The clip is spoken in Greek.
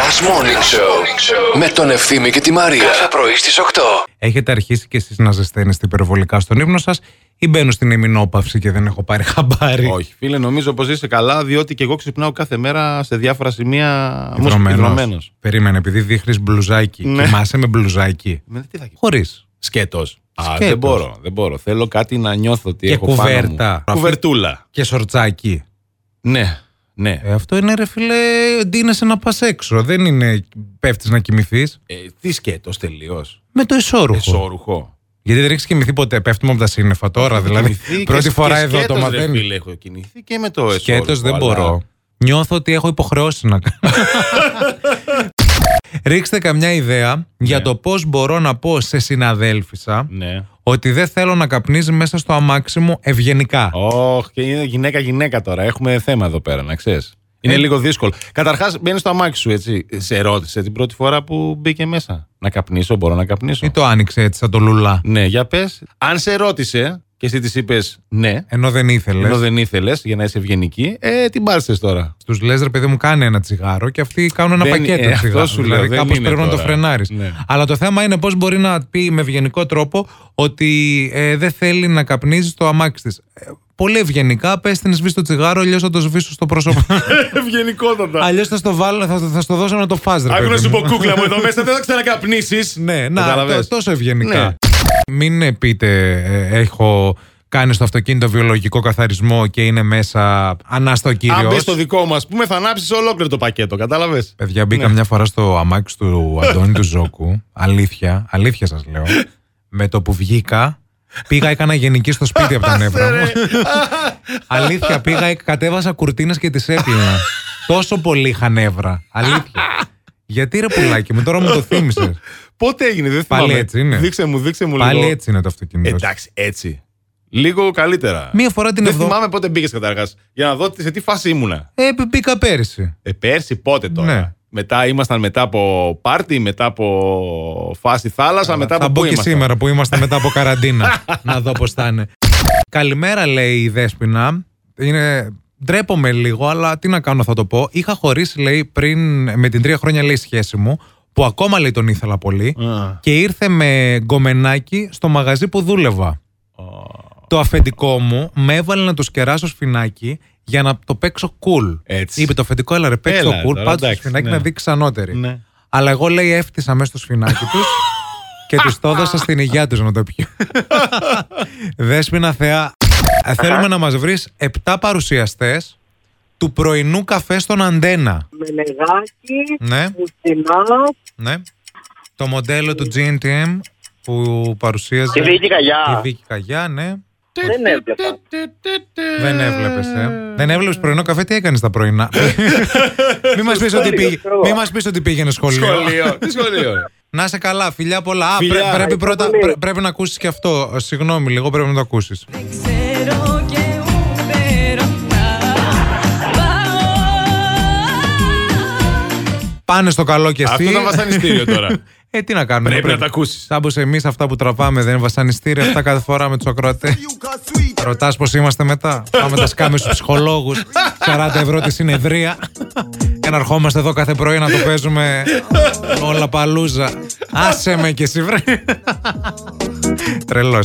Last Morning Show με τον Ευθύμη και τη Μαρία. Κάθε πρωί στις 8. Έχετε αρχίσει κι εσείς να ζεσταίνεστε υπερβολικά στον ύπνο σας ή μπαίνω στην ημινόπαυση και δεν έχω πάρει χαμπάρι. Όχι, φίλε, νομίζω πως είσαι καλά, διότι και εγώ ξυπνάω κάθε μέρα σε διάφορα σημεία Ιδρωμένος. μουσικοδρομένο. Περίμενε, επειδή δείχνεις μπλουζάκι. Ναι. Κοιμάσαι με μπλουζάκι. Με τι θα γίνει. Χωρίς. Σκέτος. Α, Σκέτος. δεν μπορώ, δεν μπορώ. Θέλω κάτι να νιώθω ότι Και έχω πάνω κουβέρτα. μου. Κουβερτούλα. Και σορτσάκι. Ναι, ναι. Ε, αυτό είναι ρε φίλε, ντύνεσαι να πας έξω. Δεν είναι πέφτεις να κοιμηθείς. Ε, τι σκέτος τελείως. Με το εσώρουχο. Εσώρουχο. Γιατί δεν έχεις κοιμηθεί ποτέ. Πέφτουμε από τα σύννεφα τώρα. Έχω δηλαδή, κινηθεί και- πρώτη και φορά εδώ το σκέτος, ρε μαθαίνεις. φίλε, έχω κινηθεί και με το εσώρουχο. Σκέτος δεν αλλά- μπορώ. Νιώθω ότι έχω υποχρεώσει να κάνω. Ρίξτε καμιά ιδέα για το πώς μπορώ να πω σε συναδέλφισσα Ναι. ότι δεν θέλω να καπνίζει μέσα στο αμάξι μου ευγενικά. Όχι, και είναι γυναίκα-γυναίκα τώρα. Έχουμε θέμα εδώ πέρα, να ξέρεις. Είναι Ε. λίγο δύσκολο. Καταρχάς, μπαίνει στο αμάξι σου, έτσι. Σε ρώτησε την πρώτη φορά που μπήκε μέσα. Να καπνίσω, μπορώ να καπνίσω. Ή το άνοιξε έτσι σαν το λουλά. Ναι, για πες. Αν σε ρώτησε και εσύ της είπες ναι, Ενώ δεν ήθελες. ενώ δεν ήθελες για να είσαι ευγενική, ε, την πάρσε τώρα. Τους λες ρε παιδί μου κάνει ένα τσιγάρο και αυτοί κάνουν ένα Δεν- πακέτο ε, αυτό τσιγάρο. σου λέω, δηλαδή δεν κάπως είναι πρέπει να το τώρα. φρενάρεις. Ναι. Αλλά το θέμα είναι πώς μπορεί να πει με ευγενικό τρόπο ότι ε, δεν θέλει να καπνίζει το αμάξι της. Ε, πολύ ευγενικά πες την σβήσει το τσιγάρο αλλιώς θα το σβήσω στο πρόσωπο. Ευγενικότατα. Αλλιώς θα στο βάλω, θα, θα στο δώσω να το φας, ρε παιδί μου. υποκούκλα μου εδώ μέσα, δεν θα ξανακαπνίσεις. Ναι, να, Καταλαβες. τό- τόσο ευγενικά. Ναι. Μην ε, πείτε, ε, έχω κάνει στο αυτοκίνητο βιολογικό καθαρισμό και είναι μέσα ανάστα ο Αν μπει κύριος. στο δικό μας, πούμε, θα ανάψεις ολόκληρο το πακέτο, κατάλαβες. Παιδιά, Ναι. μπήκα μια φορά στο αμάξι του Αντώνη του Ζόκου. Αλήθεια, αλήθεια σας λέω. Με το που βγήκα, πήγα, έκανα γενική στο σπίτι από τα νεύρα μου. αλήθεια, πήγα, κατέβασα κουρτίνες και τις έπινα. Τόσο πολύ είχα νεύρα. Αλήθεια. Γιατί ρε πουλάκι μου, τώρα μου το θύμισες. Πότε έγινε, δεν Πάλι θυμάμαι. έτσι είναι. Δείξε μου, δείξε μου Πάλι λίγο. έτσι είναι το αυτοκίνητο. Εντάξει, έτσι. Λίγο καλύτερα. Μία φορά την Δεν εβδομάδα. θυμάμαι πότε μπήκες καταρχάς. Για να δω τι- σε τι φάση ήμουνα. Ε, μπήκα πέρυσι. Ε, πέρσι πότε τώρα. Ναι. Μετά ήμασταν μετά από πάρτι, μετά από φάση θάλασσα, μετά από θα πού μπω και ήμασταν. σήμερα που είμαστε μετά από καραντίνα. να δω πώς θα είναι. Καλημέρα, λέει η Δέσποινα. Είναι... Ντρέπομαι λίγο, αλλά τι να κάνω, θα το πω. Είχα χωρίσει, λέει, πριν με την τρία χρόνια, λέει, σχέση μου, που ακόμα, λέει, τον ήθελα πολύ, Α, και ήρθε με γκομενάκι στο μαγαζί που δούλευα. Το αφεντικό μου με έβαλε να το σκεράσω σφινάκι για να το παίξω cool. Έτσι. Είπε το αφεντικό, έλα ρε, παίξω Έλα, cool, τώρα, πάτε στο εντάξει, σφινάκι ναι. να δείξει ανώτερη. Ναι. Αλλά εγώ λέει έφτιασα μέσα στο σφινάκι τους και τους το έδωσα στην υγεία τους να το πιω. Δέσποινα θεά. Θέλουμε να μας βρεις 7 παρουσιαστές του πρωινού καφέ στον Αντένα. Μελεγάκι, Ναι, Μουστινά, ναι. Το μοντέλο του GNTM που παρουσίαζε. Τη Βίκη Η Καγιά. Βίκη Καγιά, ναι. Δεν έβλεπα. Δεν έβλεπες. Ε. Δεν έβλεπες πρωινό καφέ, τι έκανες τα πρωινά. Μην μας πεις ότι, πήγε... ξέρω εγώ. μη μας πεις ότι πήγαινε σχολείο. Σχολείο. Τι σχολείο. Να είσαι καλά, φιλιά πολλά. Α, Φιλιά. πρέ- πρέπει, Ευχαριστώ πρώτα, πολύ. πρέ- πρέπει να ακούσεις και αυτό. Ε, Συγγνώμη, λίγο πρέπει να το ακούσεις. Δεν ξέρω και ούτε ρωτά Πάω Πάνε στο καλό και εσύ. Αυτό ήταν βασανιστήριο τώρα. Ε, τι να κάνουμε. Πρέπει να τα ακούσεις. Σαν πω εμείς αυτά που τραβάμε δεν είναι βασανιστήρια, αυτά κάθε φορά με τους ακροατές. Ρωτάς πώς είμαστε μετά. Πάμε τα σκάμε στους ψυχολόγους. 40 ευρώ τη συνεδρία. Και να ερχόμαστε εδώ κάθε πρωί να το παίζουμε όλα παλούζα. Άσε με και εσύ, βρε. ε. Τρελό.